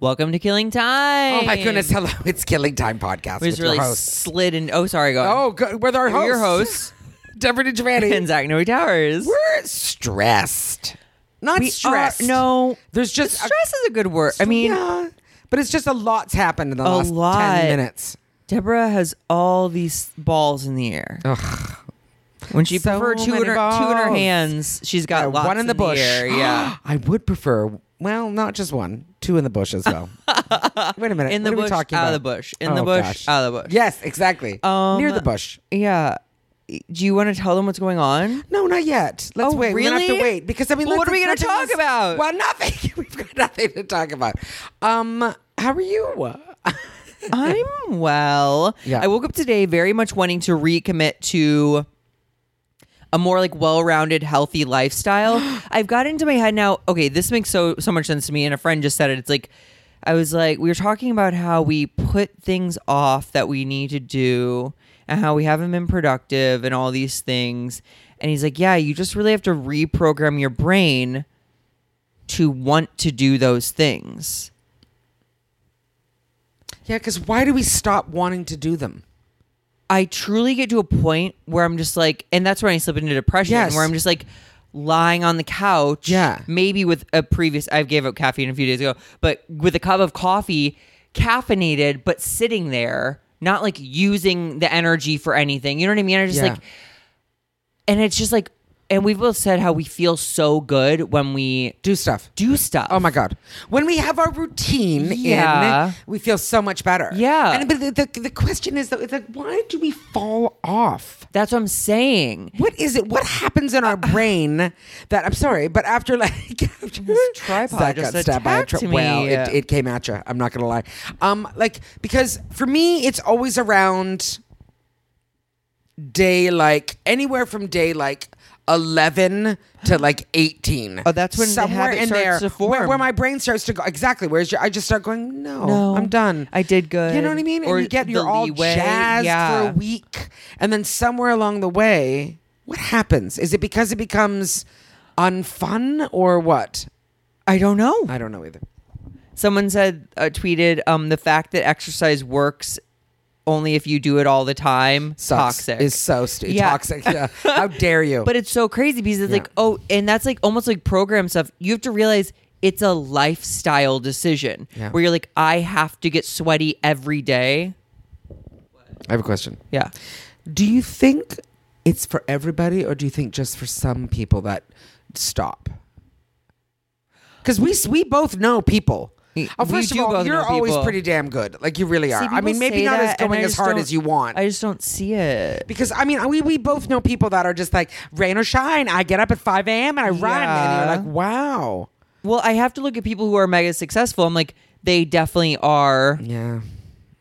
Welcome to Killing Time. Oh my goodness! Hello, it's Killing Time podcast We with just really your hosts. slid in. Oh, sorry, go. Oh, good. with our ahead. hosts, your hosts Deborah DiGiovanni. and Zach Noe Towers. We're stressed. Not We are- stressed. no, there's just a- stress is a good word. I mean, yeah. but it's just a lot's happened in the A last lot. ten minutes. Deborah has all these balls in the air. When she So prefer two in many her two in her balls. hands, she's got Yeah, lots Uh, one in the bush. air. Yeah. I would prefer. Well, not just one, two in the bush as well. Wait a minute. In the what are we bush, talking out of about? the bush. In the Oh, bush, gosh. out of the bush. Yes, exactly. Um, Near the bush. Yeah. Do you want to tell them what's going on? No, not yet. Let's Oh, wait. We're gonna have really? to wait because I mean, Well, what let's- are we gonna nothing talk is- about? Well, nothing. We've got nothing to talk about. Um, how are you? I'm well. Yeah. I woke up today very much wanting to recommit to a more like well-rounded healthy lifestyle. I've got into my head now, okay, this makes so so much sense to me and a friend just said it. It's like I was like we were talking about how we put things off that we need to do and how we haven't been productive and all these things. And he's like, "Yeah, you just really have to reprogram your brain to want to do those things." Yeah, because why do we stop wanting to do them? I truly get to a point where I'm just like, and that's when I slip into depression, Yes. where I'm just like lying on the couch. Yeah. Maybe with a previous, I gave up caffeine a few days ago, but with a cup of coffee, caffeinated, but sitting there, not like using the energy for anything. You know what I mean? I just Yeah. like, and it's just like, and we've both said how we feel so good when we Do stuff. do stuff. Oh my god! When we have our routine Yeah. in, we feel so much better. Yeah. And but the, the, the question is though, it's like why do we fall off? That's what I'm saying. What is it? What happens in our Uh, brain that I'm sorry, but after like after this tripod just attacked me. well, it, it came at you. I'm not gonna lie. Um, like because for me, it's always around day like anywhere from day like. 11 to like 18. Oh, that's when the somewhere habit in starts there to Where, where form. my brain starts to go exactly. Where's your I just start going, "No, No, I'm done. I did good. You know what I mean? Or and you get the you're all leeway. jazzed for Yeah. a week, and then somewhere along the way, what happens? Is it because it becomes unfun or what? I don't know. I don't know either. Someone said uh, tweeted um, the fact that exercise works only if you do it all the time. Sucks. Toxic. is so stupid. Yeah. Toxic. Yeah. How dare you? but it's so crazy because it's Yeah. like oh, and that's like almost like program stuff. You have to realize it's a lifestyle decision Yeah. where you're like, I have to get sweaty every day. I have a question. Yeah. Do you think it's for everybody, or do you think just for some people that stop? Because we we both know people. We- Oh, we first of do all, both you're know always people. pretty damn good. Like you really are. See, I mean, people maybe say not as that, and going I as just hard don't- as you want. I just don't see it. Because I mean, we, we both know people that are just like rain or shine. I get up at five a.m. and I run, Yeah. and you're like, wow, Well, I have to look at people who are mega successful. I'm like, they definitely are. yeah,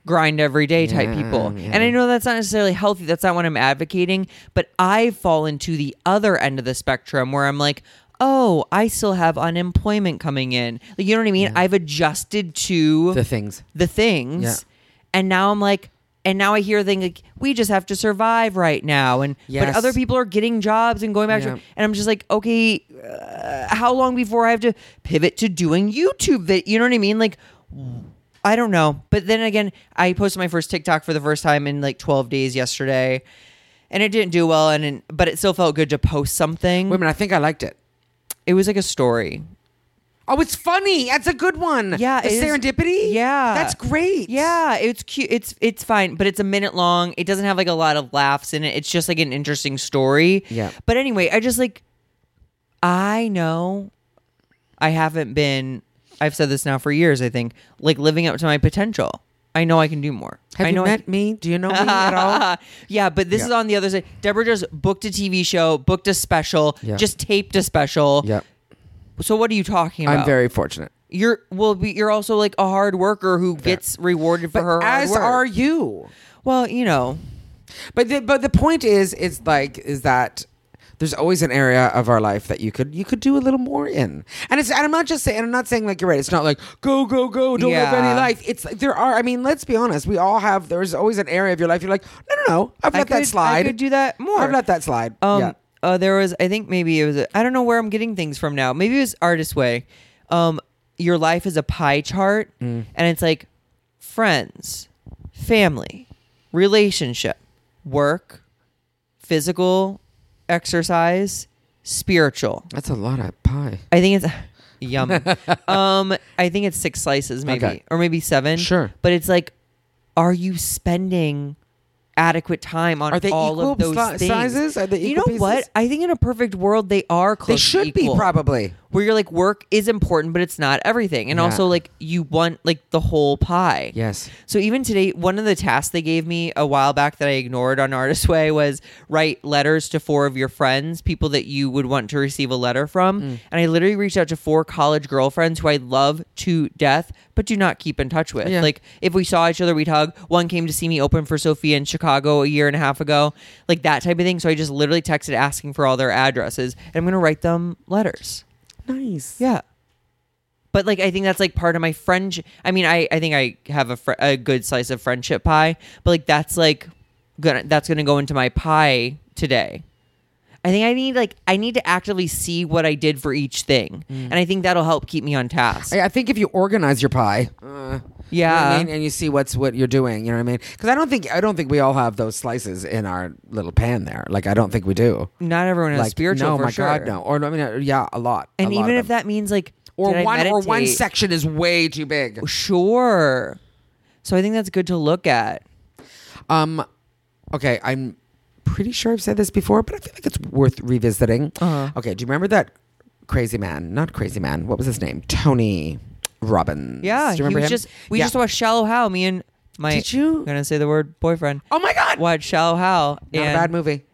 grind every day type Yeah, people. yeah. And I know that's not necessarily healthy. That's not what I'm advocating. But I fall into the other end of the spectrum where I'm like, oh, I still have unemployment coming in. Like, you know what I mean? I've adjusted to the the, things. things. Yeah. And now I'm like, and now I hear things like, we just have to survive right now. And, but Yes. other people are getting jobs and going back Yeah. to, and I'm just like, okay, uh, how long before I have to pivot to doing YouTube vid- You know what I mean? Like, I don't know. But then again, I posted my first TikTok for the first time in like 12 days yesterday, and it didn't do well. And, and but it still felt good to post something. Women, I think I liked it. It was like a story. Oh, it's funny. That's a good one. Yeah, the it is- serendipity. Yeah. that's great. Yeah, it's cute. It's it's fine, but it's a minute long. It doesn't have like a lot of laughs in it. It's just like an interesting story. Yeah. But anyway, I just like I know I haven't been I've said this now for years, I think, like living up to my potential. I know I can do more. Have I you know I met me? Do you know me at all? yeah, but this Yeah. is on the other side. Deborah just booked a TV show, booked a special, Yeah. just taped a special. Yep. So what are you talking about? I'm very fortunate. You're well. but You're also like a hard worker who gets rewarded for her hard as work. are you. well, you know, But the, but the point is, it's like is that there's always an area of our life that you could you could do a little more in. And it's and I'm not just saying and I'm not saying like you're right. It's not like go go go don't live Yeah. any life. It's like there are. I mean, let's be honest. We all have. There's always an area of your life you're like no no no. I've I let that could- slide. I could do that more. I've let that slide. Um, yeah. uh, there was, I think maybe it was, I I don't know where I'm getting things from now. Maybe it was Artist Way. Um, your life is a pie chart Mm. and it's like friends, family, relationship, work, physical exercise, spiritual. That's a lot of pie. I think it's yum. um, I think it's six slices, maybe, Okay. or maybe seven. Sure. but it's like, are you spending adequate time on Are they all of equal those si- things? sizes? Are they you know equal what? pieces? I think in a perfect world they are close. They to should be equal, probably. where you're like work is important, but it's not everything, and Yeah. also like you want like the whole pie. Yes. So even today, one of the tasks they gave me a while back that I ignored on Artist Way was write letters to four of your friends, people that you would want to receive a letter from. And I literally reached out to four college girlfriends who I love to death, but do not keep in touch with. Yeah. Like if we saw each other, we'd hug. One came to see me open for Sophia in Chicago a year and a half ago, like that type of thing. So I just literally texted asking for all their addresses, and I'm gonna write them letters. Nice. Yeah. But like I think that's like part of my friendship. I mean, I I think I have a fr- a good slice of friendship pie, but like that's like gonna that's going to go into my pie today. I think I need like I need to actively see what I did for each thing. And I think that'll help keep me on task. Mm. I, I think if you organize your pie, uh, you know what I Yeah. mean? and you see what's what you're doing. You know what I mean? Because I don't think I don't think we all have those slices in our little pan there. Like I don't think we do. Not everyone is like spiritual no, for my sure. God, no. Or I mean, uh, yeah, a lot. And a lot even of if them. that means like did or I one or one meditate? section is way too big. Sure. So I think that's good to look at. Um, okay, I'm pretty sure I've said this before, but I feel like it's worth revisiting. Uh-huh. Okay, do you remember that crazy man? Not crazy man. What was his name? Tony Robbins. Yeah, do you remember he was him? just we Yeah. just watched Shallow How. Me and my Did you- I'm gonna say the word boyfriend. Oh my God! Watched Shallow How. Not a and bad movie.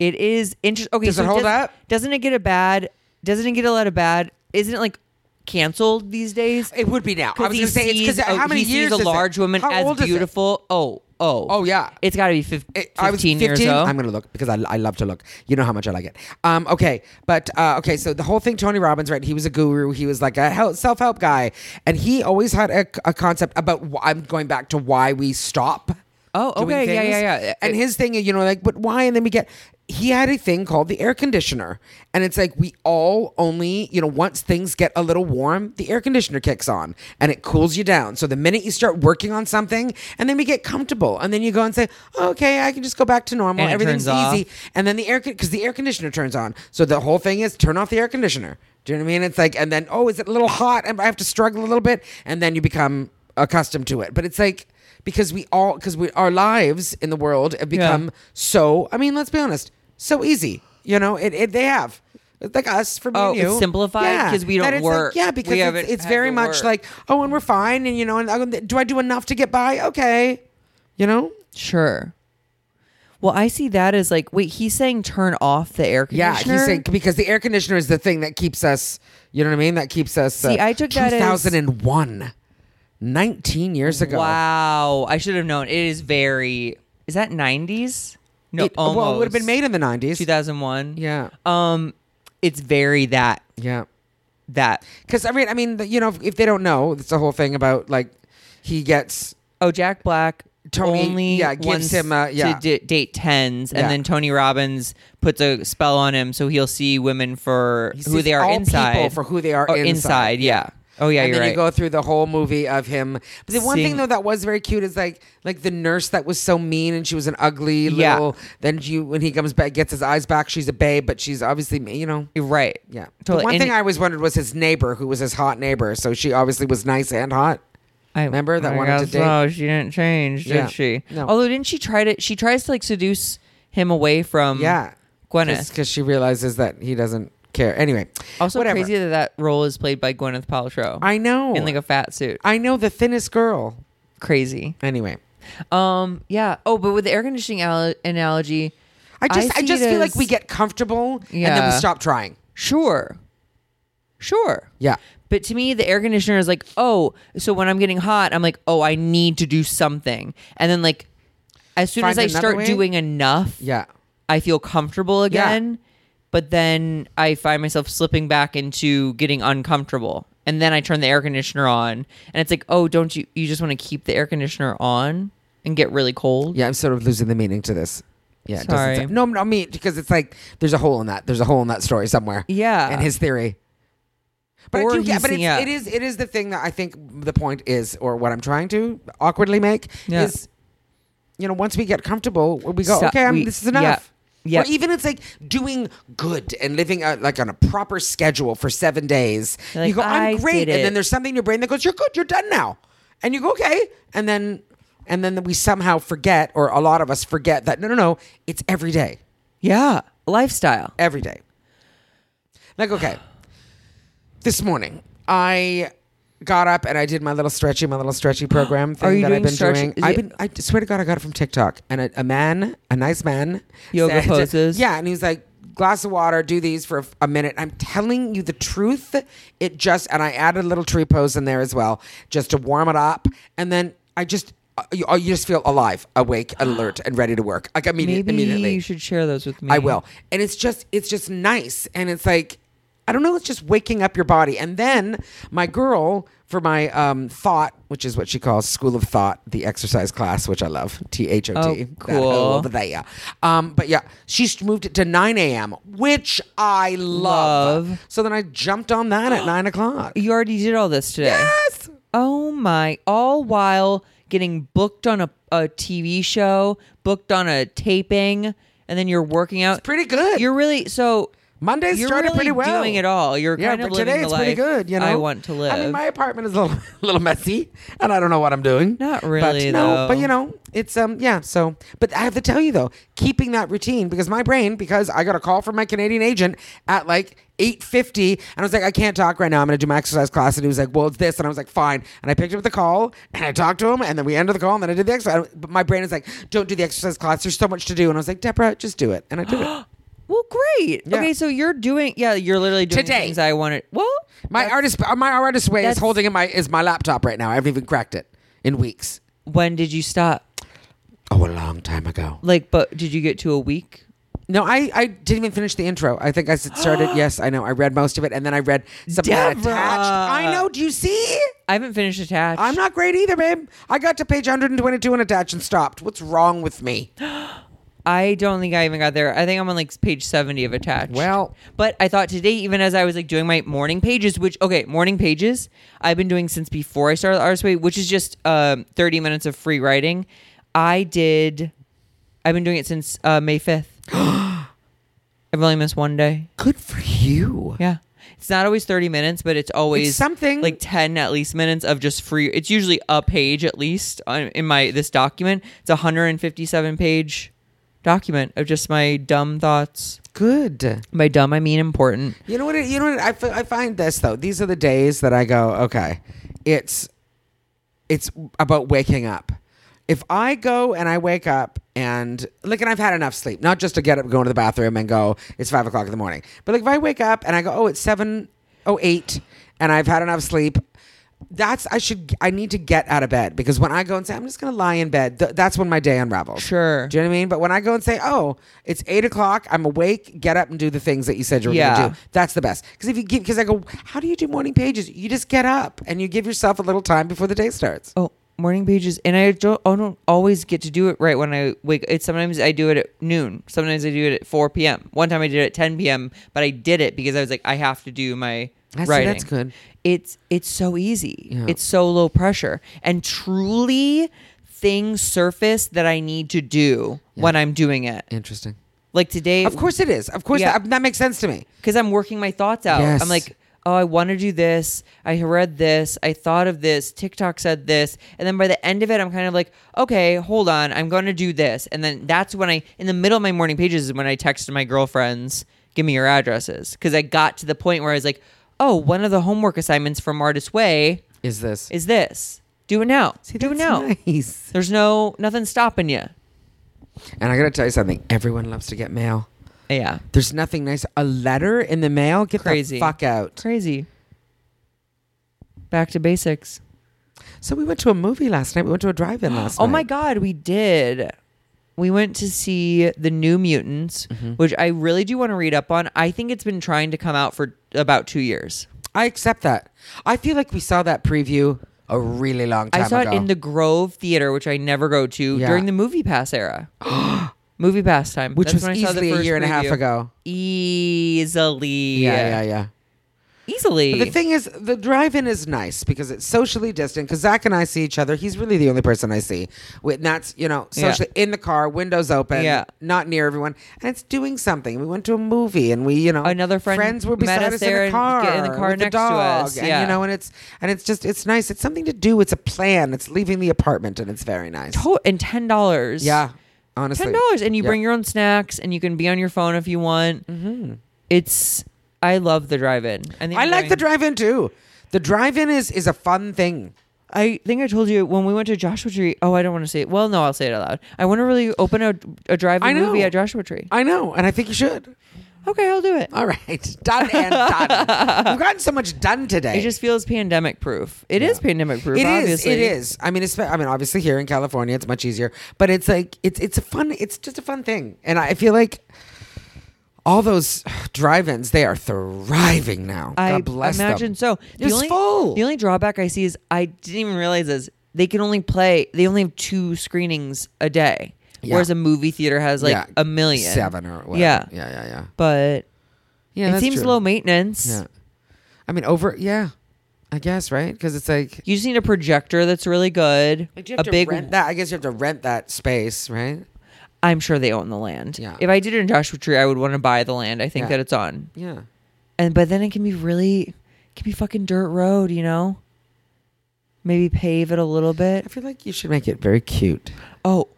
It is interesting. Okay, Does it so hold up? Doesn't it get a bad? Doesn't it get a lot of bad? Isn't it like canceled these days? It would be now. I 'Cause was he going to say it's sees- because oh, how many he years sees is a it? large woman How as old is it? beautiful? Oh, oh, Oh, yeah. It's got to be fif- It- fifteen, years 15. old. I'm gonna look because I, I love to look. You know how much I like it. Um, okay, but uh, okay, so the whole thing, Tony Robbins, right? He was a guru. He was like a help, self-help guy, and he always had a, a concept about. Wh- I'm going back to why we stop. Oh, doing okay, yeah, things. yeah, yeah. And his thing, you know, like, but why? And then we get. He had a thing called the air conditioner, and it's like we all only, you know, once things get a little warm, the air conditioner kicks on and it cools you down. So the minute you start working on something, and then we get comfortable, and then you go and say, "Okay, I can just go back to normal." And it Everything's turns off. easy. And then the air because the air conditioner turns on. So the whole thing is turn off the air conditioner. Do you know what I mean? It's like, and then oh, is it a little hot? And I have to struggle a little bit, and then you become accustomed to it. But it's like because we all because we our lives in the world have become so. I mean, let's be honest, so easy. You know, it, it they have. It's Like us for me Oh, and you. it's simplified 'cause we That don't it's work. Like, yeah, We because haven't it's, it's had very to much work. like, oh, and we're fine, and you know, and uh, do I do enough to get by? Okay, you know, sure. Well, I see that as like wait, he's saying turn off the air Yeah, conditioner. he's saying because the air conditioner is the thing that keeps us. You know what I mean? That keeps us. See, I took that as- 2001, 19 years ago. Wow, I should have known. It is very. Is that nineties? No, It, well, it would have been almost. made in the nineties. 2001 Yeah, um it's very that yeah. that Because I mean, I mean, the- you know, if, if they don't know, it's the whole thing about like he gets. oh jack black Tony, only yeah, gives wants him a- yeah. to d- date tens and Yeah. then tony robbins puts a spell on him so he'll see women for He who sees they are all people inside for who they are Oh, inside. yeah oh yeah and you're then right you go through the whole movie of him. But the one Seeing- thing though that was very cute is like like the nurse that was so mean and she was an ugly Yeah. little. Then you when he comes back gets his eyes back, she's a babe, but she's obviously you know You're right Yeah. totally The one And thing I always wondered was his neighbor, who was his hot neighbor. So she obviously was nice and hot. I remember that I wanted to guess date- so. she didn't change did Yeah. she No. although didn't she try to she tries to like seduce him away from Yeah. gwyneth Because she realizes that he doesn't care. Anyway. also whatever. crazy that that role is played by gwyneth paltrow I know. in like a fat suit I know the thinnest girl. crazy Anyway. Um. Yeah. Oh, but with the air conditioning al- analogy, I just I, see just it feel as- like we get comfortable and then Yeah. we stop trying. sure, sure. Yeah. But to me, the air conditioner is like, oh, so when I'm getting hot, I'm like, oh, I need to do something, and then like, as soon Find as I another start way? doing enough, Yeah. I feel comfortable Yeah. again. But then I find myself slipping back into getting uncomfortable, and then I turn the air conditioner on, and it's like, oh, don't you? You just want to keep the air conditioner on and get really cold. Yeah, I'm sort of losing the meaning to this. Yeah, it doesn't Sorry. sound- no, no, I mean because it's like there's a hole in that. There's a hole in that story somewhere. Yeah. and his theory. But Or I do he's- get, but it's, yeah. it is it is the thing that I think the point is, or what I'm trying to awkwardly make Yeah. is, you know, once we get comfortable, we go, So- okay, I'm, we- this is enough. yeah, Or yeah. even it's like doing good and living a, like on a proper schedule for seven days. You're you like, go, I I'm great, did it. and then there's something in your brain that goes, you're good, you're done now, and you go, okay, and then and then we somehow forget, or a lot of us forget that no, no, no, it's every day yeah, lifestyle. every day. Like, okay, this morning I got up and I did my little stretchy, my little stretchy program thing you that doing I've been stretch- doing. is I've it- been, I swear to God, I got it from TikTok. And a, a man, a nice man, Yoga said- poses. Yeah, and he's like, glass of water, do these for a, a minute. I'm telling you the truth. It just, and I added a little tree pose in there as well, just to warm it up. And then I just. uh, You, uh, you just feel alive, awake, alert, and ready to work. Like immediate, Maybe immediately. you should share those with me. I will. And it's just it's just nice. And it's like I don't know, it's just waking up your body. And then my girl for my um, thought, which is what she calls School of Thought, the exercise class, which I love. T H O Oh, T. cool. Over there. Um, but yeah, she's moved it to 9 a.m., which I love. Love. So then I jumped on that at 9 o'clock. You already did all this today. Yes. Oh my! All while getting booked on a, a TV show, booked on a taping, and then you're working out. Pretty good. You're really so. Mondays you're started really pretty well. doing it all. You're yeah, kind of but living today the it's pretty life good. You know, I want to live. I mean, my apartment is a little, a little messy, and I don't know what I'm doing. Not but, really, No, but though. you know, it's um, yeah. So, but I have to tell you though, keeping that routine because my brain, because I got a call from my Canadian agent at like. 850 and I was like I can't talk right now I'm gonna do my exercise class and he was like well it's this and I was like fine and I picked up the call and I talked to him and then we ended the call and then I did the exercise but my brain is like don't do the exercise class there's so much to do and I was like Deborah just do it and I did it well, great. Yeah. Okay, so you're doing. Yeah, you're literally doing Today. things I wanted. Well, uh, My artist, uh, my artist way is that's- holding in my is my laptop right now. I haven't even cracked it in weeks. when did you stop? Oh, a long time ago. Like, but did you get to a week? No, I, I didn't even finish the intro. I think I s- started. yes, I know. I read most of it, and then I read something that Deborah. attached. I know. Do you see? I haven't finished attached. I'm not great either, babe. I got to page 122 and attached and stopped. What's wrong with me? I don't think I even got there. I think I'm on like page 70 of attached. Well- but I thought today, even as I was like doing my morning pages, which, okay, morning pages I've been doing since before I started the artist way, which is just um, 30 minutes of free writing. I did, I've been doing it since uh, May 5th. I've only missed one day. Good for you. Yeah. It's not always 30 minutes, but it's always It's something. like 10 at least minutes of just free. It's usually a page at least on- in my this document. It's a 157 page document of just my dumb thoughts. Good. By dumb, I mean important. You know what? It, you know what? I, fi- I find this though. These are the days that I go, okay, it's it's about waking up. If I go and I wake up and like, and I've had enough sleep, not just to get up, go into the bathroom, and go, it's five o'clock in the morning. But like, if I wake up and I go, oh, it's seven oh eight, and I've had enough sleep. That's I should I need to get out of bed because when I go and say I'm just gonna lie in bed, th- that's when my day unravels. Sure. do you know what I mean? But when I go and say, "Oh, it's eight o'clock, I'm awake, get up and do the things that you said you were Yeah. gonna do," That's the best. Because if you give, because I go, how do you do morning pages? You just get up and you give yourself a little time before the day starts. Oh, morning pages. And I don't, I don't always get to do it right when I wake. It's sometimes I do it at noon. Sometimes I do it at 4 p.m. One time I did it at 10 p.m., but I did it because I was like, I have to do my I see, writing. that's good. It's it's so easy. Yeah. It's so low pressure. And truly things surface that I need to do when I'm doing it. Interesting. Like today Of course it is. Of course Yeah. that, that makes sense to me. because I'm working my thoughts out. Yes. I'm like, oh, I want to do this. I read this. I thought of this. TikTok said this. And then by the end of it, I'm kind of like, okay, hold on. I'm going to do this. And then that's when I, in the middle of my morning pages, is when I texted my girlfriends, give me your addresses. Because I got to the point where I was like, oh, one of the homework assignments from Artist Way Is this? is this. Do it now. do it now. Nice. There's no, nothing stopping you. And I gotta tell you something. Everyone loves to get mail. Yeah. There's nothing nice. A letter in the mail. Get Crazy. the fuck out. Crazy. Back to basics. So we went to a movie last night. We went to a drive-in last night. Oh my god, we did. We went to see the New Mutants, Mm-hmm. which I really do want to read up on. I think it's been trying to come out for about two years. I accept that. I feel like we saw that preview a really long time I saw ago. it in the Grove Theater, which I never go to Yeah. during the Movie Pass era. movie Pass time, which That's was when I saw the easily a first year and a half preview. ago. Easily, Yeah, yeah, yeah. easily. The thing is, the drive-in is nice because it's socially distant. Because Zach and I see each other. He's really the only person I see. With that's you know Yeah. socially in the car, windows open, Yeah. not near everyone, and it's doing something. We went to a movie, and we you know Another friend friends were met beside us us, there and in the car, get in the car with next to dog, us. and, Yeah. you know, and it's and it's just it's nice. It's something to do. It's a plan. It's leaving the apartment, and it's very nice. To- and ten dollars. Yeah, honestly, ten dollars, and you Yeah. bring your own snacks, and you can be on your phone if you want. Mm-hmm. It's I love the drive-in. I, think I I'm like the going- drive-in too. The drive-in is is a fun thing. I think I told you when we went to Joshua Tree. Oh, I don't want to say it. Well, no, I'll say it out loud. I want to really open a, a I drive-in know. movie at Joshua Tree. I know, and I think you should. Okay, I'll do it. All right, done and done. We've gotten so much done today. It just feels pandemic proof. It is pandemic proof. It is, obviously. It is. I mean, it's, I mean, obviously here in California, it's much easier. But it's like it's it's a fun. It's just a fun thing, and I feel like all those drive-ins they are thriving now. I God bless imagine them. so. It was full. The only drawback I see is I didn't even realize is they can only play. They only have two screenings a day, Yeah. whereas a movie theater has like Yeah, a million. seven or whatever. Yeah. yeah, yeah, yeah. But Yeah, it that's seems true. low maintenance. Yeah, I mean, over. Yeah, I guess right because it's like You just need a projector that's really good. Like, do you a have to big. rent that. I guess you have to rent that space, right? I'm sure they own the land. Yeah. If I did it in Joshua Tree, I would want to buy the land. I think Yeah. that it's on. Yeah. and but then it can be really it can be fucking dirt road you know maybe pave it a little I bit feel like you should make it very cute. oh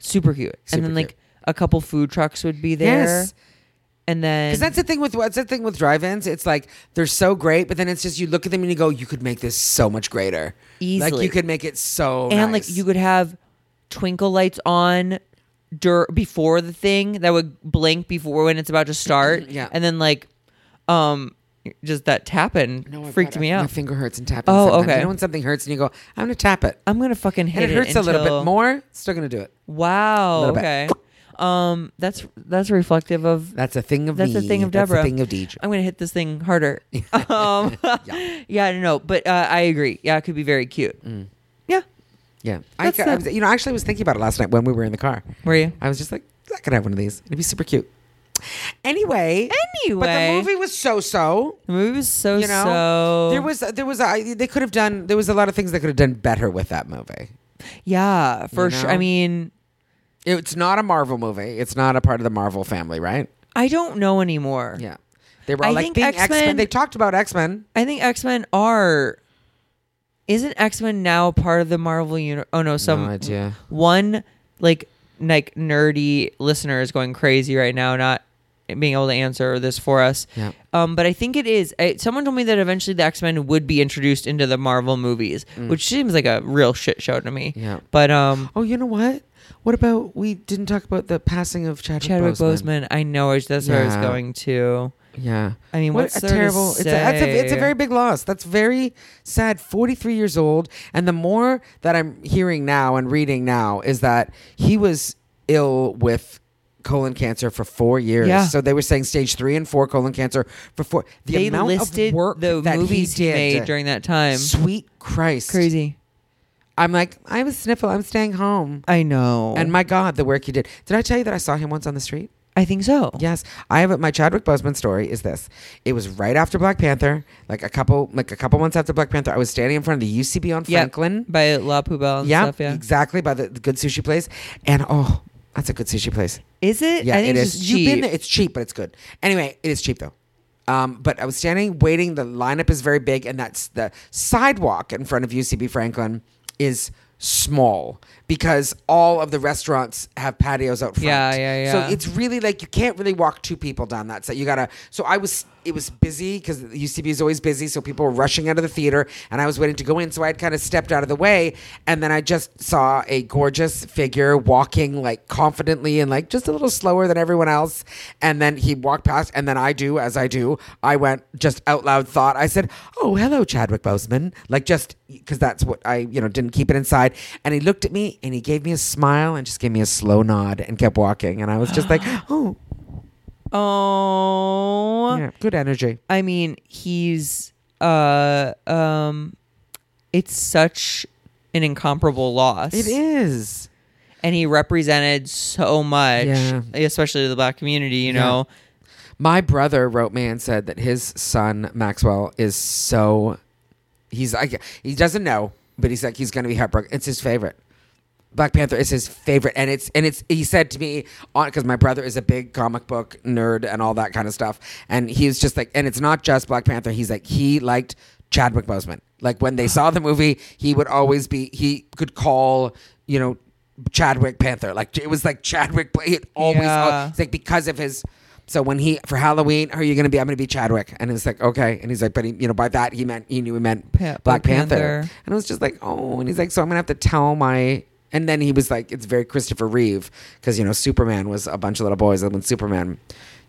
super cute Super and then cute. like a couple food trucks would be there Yes. and then Because that's the thing with what's the thing with drive-ins. It's like they're so great, but then it's just you look at them and you go, you could make this so much greater. like Easily. you could make it so. and like nice. you could have twinkle lights on dur- before the thing that would blink before when it's about to start Yeah. and then like um just that tapping No, I've freaked got- me My out finger hurts and tapping. Oh, Oh, okay. okay. You know when something hurts and you go, I'm gonna tap it, i'm gonna fucking hit and it hurts a little until- bit more. Still gonna do it. wow little bit. okay um that's that's reflective of That's a thing of That's me. the thing of That's Deborah. a thing of DJ. I'm gonna hit this thing harder. um, yeah. I don't know, but uh, I agree. Yeah, it could be very cute. Mm. Yeah, Yeah, That's I, I the- was, you know, actually, I was thinking about it last night when we were in the car. were you? I was just like, I could have one of these. It'd be super cute. Anyway, but Anyway. the movie was so-so. The movie was so You know, so. there was there was a, they could have done there was a lot of things they could have done better with that movie. yeah, for You sure. know? I mean, It's not a Marvel movie. It's not a part of the Marvel family, right? I don't know anymore. Yeah, they were I all like think being X-Men X Men. They talked about X Men. I think X Men are. Isn't X Men now part of the Marvel universe? Oh no, some idea. one like like nerdy listener is going crazy right now, not being able to answer this for us. Yeah. Um, but I think it is. I, someone told me that eventually the X Men would be introduced into the Marvel movies, which seems like a real shit show to me. Mm. Yeah. But um, Oh, you know what? What about we didn't talk about the passing of Chadwick, Chadwick Boseman? Boseman, I know I- that's where I was Yeah. going to. Yeah. I mean, What what's a there to terrible! It's a, that's a, it's a say? very big loss. That's very sad. Forty three years old, and the more that I'm hearing now and reading now is that he was ill with colon cancer for four years. Yeah. So they were saying stage three and four colon cancer for four. The they amount listed of work the that movies he he, did. made during that time. Sweet Christ! Crazy. I'm like, I have a sniffle. I'm staying home. I know. And my God, the work he did. Did I tell you that I saw him once on the street? I think so. Yes, I have a, my Chadwick Boseman story is this. It was right after Black Panther, like a couple like a couple months after Black Panther. I was standing in front of the UCB on Yep. Franklin. By La Poubelle and Yeah, stuff. Yeah. exactly by the, the good sushi place. And oh, that's a good sushi place. Is it? Yeah, I think it it's is. just You've been cheap. there. It's cheap, but it's good. Anyway, it is cheap though. Um, but I was standing waiting. The lineup is very big, and that's the sidewalk in front of UCB Franklin is small because all of the restaurants have patios out front. Yeah, yeah, yeah. So it's really like you can't really walk two people down that side. You gotta. So I was. It was busy because UCB is always busy, so people were rushing out of the theater, and I was waiting to go in. So I had kind of stepped out of the way, and then I just saw a gorgeous figure walking like confidently and like just a little slower than everyone else. And then he walked past, and then I do as I do. I went just out loud thought. I said, "Oh, hello, Chadwick Boseman," like just because that's what I you know didn't keep it inside. And he looked at me, and he gave me a smile, and just gave me a slow nod, and kept walking. And I was just like, "Oh, Oh. yeah, good energy." I mean, he's uh um it's such an incomparable loss. It is. And he represented so much, Yeah. especially the black community, you know. My brother wrote me and said that his son Maxwell is so he's like he doesn't know, but he's like he's gonna be heartbroken. It's his favorite. Black Panther is his favorite, and it's and it's. He said to me on because my brother is a big comic book nerd and all that kind of stuff, and he was just like, and it's not just Black Panther. He's like he liked Chadwick Boseman. Like when they saw the movie, he would always be he could call you know Chadwick Panther. Like it was like Chadwick. but He always Yeah. it's like because of his. So when he for Halloween, are you gonna be? I'm gonna be Chadwick, and it's like okay, and he's like, but he, you know, by that he meant he knew he meant Pa- Black Panther. Panther. And I was just like, oh, and he's like, so I'm gonna have to tell my. And then he was like, it's very Christopher Reeve because you know Superman was a bunch of little boys, and when Superman,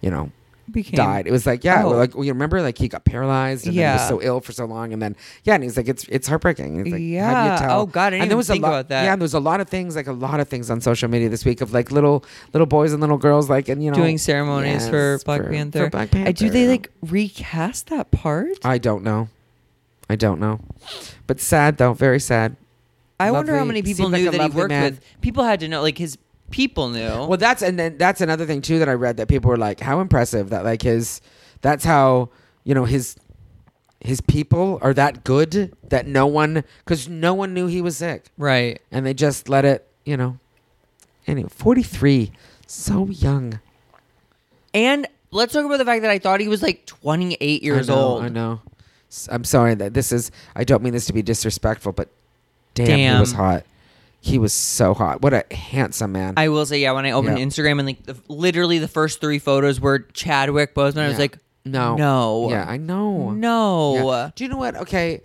you know, Became- died, it was like yeah, Oh. well, like you remember, like he got paralyzed, and yeah, he was Yeah. so ill for so long, and then yeah, and he's like, it's it's heartbreaking. It's like, how do you Yeah. tell? Oh, God, I didn't and even there was think a lot, about that. Yeah, and there was a lot of things, like a lot of things on social media this week of like little little boys and little girls, like and you know, doing ceremonies yes, for, Black for Panther. Black I do they Panther. like recast that part? I don't know. I don't know. But sad though, very sad. I wonder how lovely- many people seemed like knew a that he lovely worked man. with. People had to know, like his people knew. Well, that's and then that's another thing too that I read that people were like, how impressive that like his that's how, you know, his his people are that good that no one cuz no one knew he was sick right. and they just let it, you know. Anyway, 43, so young. And let's talk about the fact that I thought he was like 28 years I know, old. I know. S- I'm sorry that this is. I don't mean this to be disrespectful, but damn, he Damn. was hot. He was so hot. What a handsome man. I will say, yeah, when I opened Yeah. Instagram and like the, literally the first three photos were Chadwick Boseman, I was Yeah. like, no, no. yeah, I know, no. Yeah. Do you know what? Okay.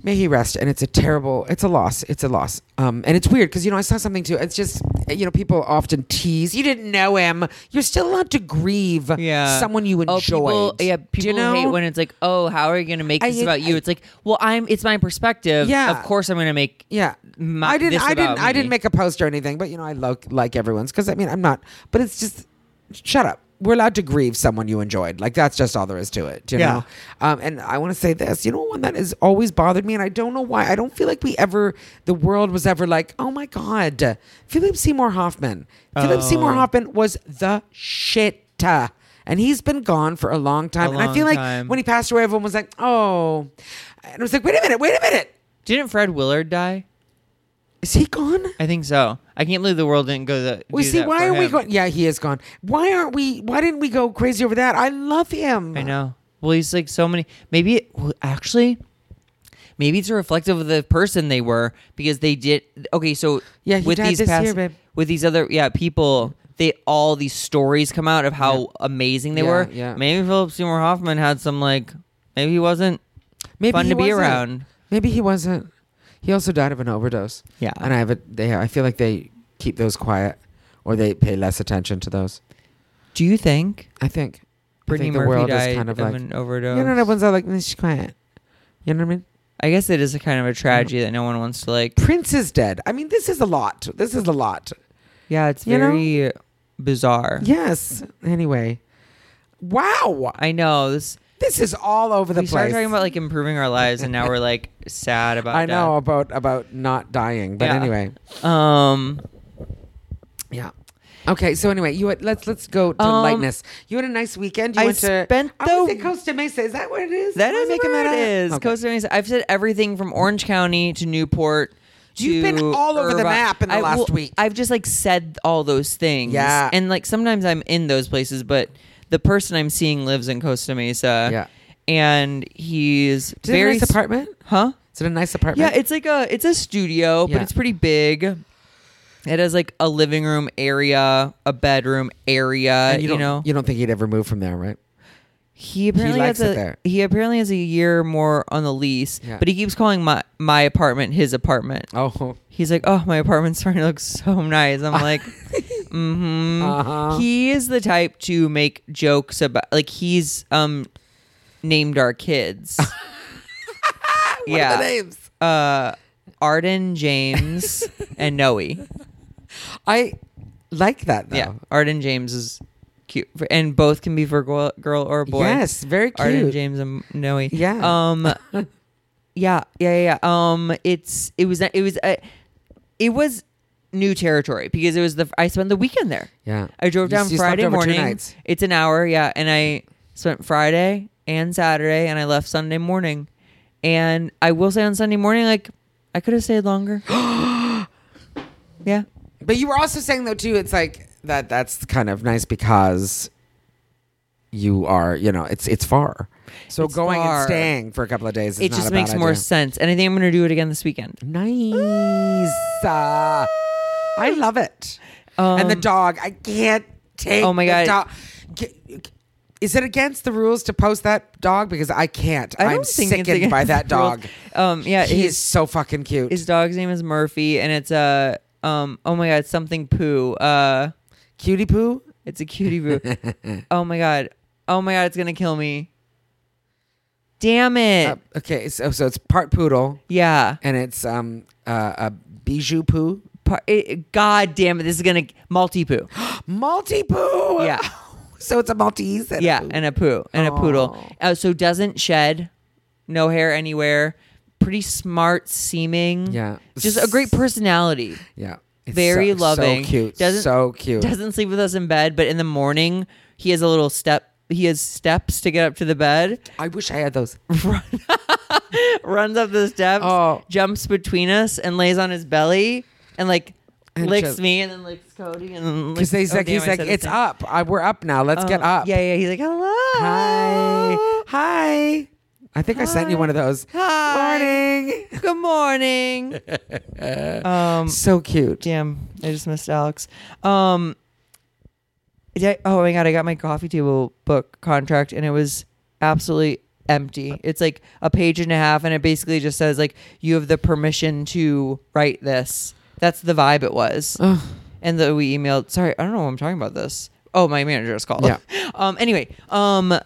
May he rest. And it's a terrible, it's a loss. It's a loss. Um, and it's weird because, you know, I saw something too. It's just, you know, people often tease, you didn't know him. You're still allowed to grieve Yeah. someone you enjoy. Oh, people, yeah, people you know? hate when it's like, oh, how are you going to make I- this about you? I- it's like, well, I'm. It's my perspective. Yeah. of course I'm going to make. Yeah, Ma- I didn't. this I about didn't. I me. didn't make a post or anything, but you know, I look like everyone's because I mean, I'm not. But it's just, shut up. We're allowed to grieve someone you enjoyed. Like that's just all there is to it. You Yeah. know. Um, and I want to say this. You know, one that has always bothered me, and I don't know why. I don't feel like we ever, the world was ever like, oh my god, Philip Seymour Hoffman. Philip Seymour Oh. Hoffman was the shit. And he's been gone for a long time. A and I long feel like time. when he passed away, everyone was like, oh. And I was like, wait a minute, wait a minute. Didn't Fred Willard die? Is he gone? I think so. I can't believe the world didn't go the. We do see that why for are we him. going? Yeah, he is gone. Why aren't we? Why didn't we go crazy over that? I love him. I know. Well, he's like so many. Maybe it, well, actually, maybe it's reflective of the person they were because they did. Okay, so Yeah, he with died these this past, year, babe. with these other yeah people, they all these stories come out of how amazing they Yeah, were. yeah. Maybe Philip Seymour Hoffman had some like maybe he wasn't Maybe fun he to be wasn't. around. Maybe he wasn't. He also died of an overdose. Yeah. and I have a. They, I feel like they keep those quiet, or they pay less attention to those. Do you think I think. I Brittany think Murphy the world died is kind of of like. an overdose? You know, everyone's all like, "Mm, she's quiet. You know what I mean? I guess it is a kind of a tragedy that no one wants to like. Prince is dead. I mean, this is a lot. This is a lot. Yeah, it's You know? very bizarre. Yes. Anyway. Wow. I know this. This is all over the we place. started talking about like improving our lives, and now we're like sad about. I know about about not dying, but Yeah. anyway, death. Um, yeah. Okay, so anyway, you had, let's let's go to Um, lightness. You had a nice weekend. You I went to spent I wanna the- say Costa Mesa. Is that what it is? that Am I is where up? it is. Okay. Costa Mesa. I've said everything from Orange County to Newport. You've been to all over the Irvine. map in the I- last well, week. I've just like said all those things. Yeah. and like sometimes I'm in those places, but the person I'm seeing lives in Costa Mesa. Yeah. and he's Is it very a nice s- apartment? Huh? Is it a nice apartment? Yeah, it's like a it's a studio, Yeah. but it's pretty big. It has like a living room area, a bedroom area. And uh, you, don't, know, Uh, you don't think he'd ever move from there, right? he apparently likes has it a there. he apparently has a year more on the lease, Yeah. but he keeps calling my my apartment his apartment. Oh, He's like, oh, my apartment's starting to look so nice. I'm like, mm-hmm. Uh-huh. He is the type to make jokes about, like, he's um named our kids. What yeah. are the names? uh Arden James and Noe. I like that though. Yeah, Arden James is cute, and both can be for girl, girl or boy. Yes, very cute. Arden James and Noe. Yeah. Um. yeah, yeah, yeah. yeah. Um. It's it was it was uh, it was new territory because it was the I spent the weekend there. Yeah. I drove You- down you slept Friday over two morning. nights. It's an hour, yeah, and I spent Friday and Saturday, and I left Sunday morning. And I will say on Sunday morning, like I could have stayed longer. yeah, But you were also saying though too, it's like that. That's kind of nice because you are, you know, it's it's far. So It's going far. and staying for a couple of days. Is it not just a makes bad more idea. sense, and I think I'm gonna do it again this weekend. Nice. Uh, I love it. and the Um, dog, I can't take. Oh my the God. dog. G- Is it against the rules to post that dog? Because I can't. I am don't think it's sickened by that against the rules. dog. Um, yeah, He his is so fucking cute. his dog's name is Murphy, and it's a um. Oh my god, something poo. Uh, Cutie poo. it's a cutie poo. oh my god. Oh my god, it's gonna kill me. Damn it. Uh, okay, so so it's part poodle yeah. and it's um uh, a bijou poo, Par- it- it- god damn it, this is gonna multi poo. multi poo. Yeah. so it's a Maltese. And a yeah, poo. and a poo and a poodle. Uh, so doesn't shed, no hair anywhere. Pretty smart seeming. Yeah. just a great personality. yeah. It's very so- loving. So cute. Doesn't- so cute. doesn't sleep with us in bed, but in the morning he has a little step. He has steps to get up to the bed, I wish I had those. runs up the steps, Oh. jumps between us, and lays on his belly and like And licks just- me and then licks Cody and then Because licks, he's oh, like, damn, he's I like, said his it's name. up. I, we're up now. Let's get Um, up. Yeah, yeah. He's like, hello, Hi. Hi. I think I sent you Hi. one of those. Hi. Morning. good morning. um, So cute. damn, I just missed Alex. Um, did I, oh my god, I got my coffee table book contract and it was absolutely empty. It's like a page and a half, and it basically just says like you have the permission to write this. That's the vibe it was. And that we emailed. Sorry, I don't know what I'm talking about. This. Oh, my manager just called. Yeah. um. Anyway. Um.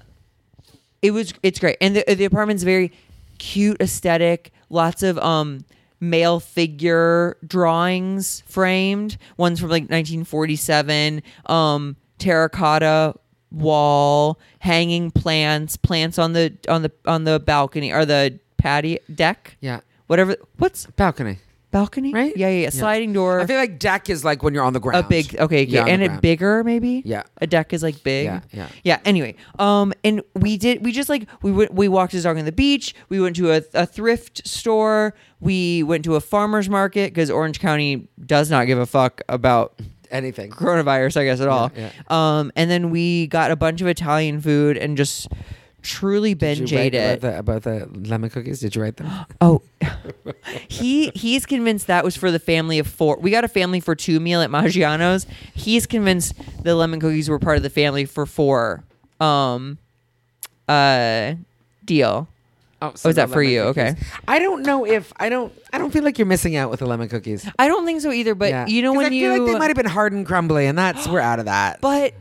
It was. It's great, and the the apartment's very cute aesthetic. Lots of um male figure drawings framed. Ones from like 1947. Um, terracotta wall, hanging plants, plants on the on the on the balcony or the patio deck. Yeah. Whatever. What's Balcony. balcony? Right? Yeah, yeah. yeah. Sliding door. I feel like deck is like when you're on the a ground. big okay, Yeah, yeah, on the and it ground. bigger maybe. Yeah. a deck is like big. Yeah, yeah. yeah. Anyway, um, and we did we just like we went we walked his dog on the beach. We went to a, a thrift store. We went to a farmer's market because Orange County does not give a fuck about Anything. coronavirus, I guess, at all. yeah. Um, and then we got a bunch of Italian food and just truly Did binge you write ate it. About the, about the lemon cookies, did you write them? Oh, he he's convinced that was for the family of four. We got a family for two meal at Maggiano's. He's convinced the lemon cookies were part of the family for four. Um, uh, deal. so was no that for lemon you? cookies. Okay. I don't know if I don't. I don't feel like you're missing out with the lemon cookies. I don't think so either. But Yeah. Uh, you know 'Cause when I you feel like they might have been hard and crumbly, and that's we're out of that. but.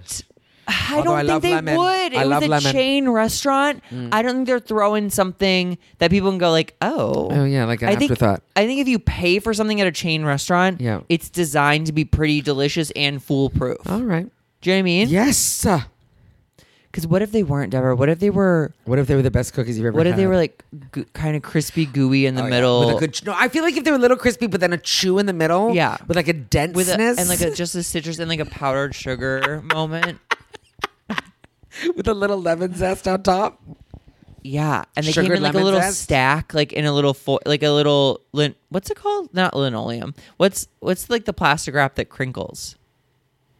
I Although don't I think love they lemon. would. It I was love a lemon. Mm. chain restaurant. I don't think they're throwing something that people can go like, oh, Oh, yeah, like an I think, afterthought. I think if you pay for something at a chain restaurant, Yeah. Oh. it's designed to be pretty delicious and foolproof. All right. Do you know what I mean? Yes. Because what if they weren't, Deborah? What if they were? What if they were the best cookies you've ever What had? if they were like g- kind of crispy, gooey in the Oh, yeah. middle, With a good, ch- no, I feel like if they were a little crispy, but then a chew in the middle. Yeah. With like a denseness. with a, and like a, just a citrus and like a powdered sugar moment? with a little lemon zest on top. Yeah, and they came Sugared in like a lemon little zest? stack, like in a little fo- like a little lin- what's it called? Not linoleum. What's what's like the plastic wrap that crinkles?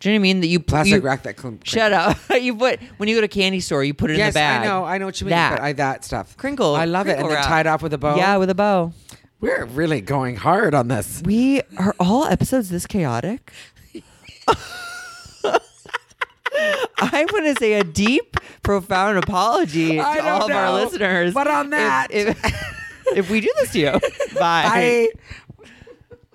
Do you know what I mean? That you Plastic you, rack that clump. Shut up! you put when you go to candy store, you put it in Yes, the bag. I know. I know what you mean. That. But I, that stuff. crinkle. I love it. crinkle And then wrap. tied off with a bow. Yeah, with a bow. We're really going hard on this. We are all episodes this chaotic. I want to say a deep, profound apology to I don't all of our know, listeners. but on if- that- if, if we do this to you, bye. Bye.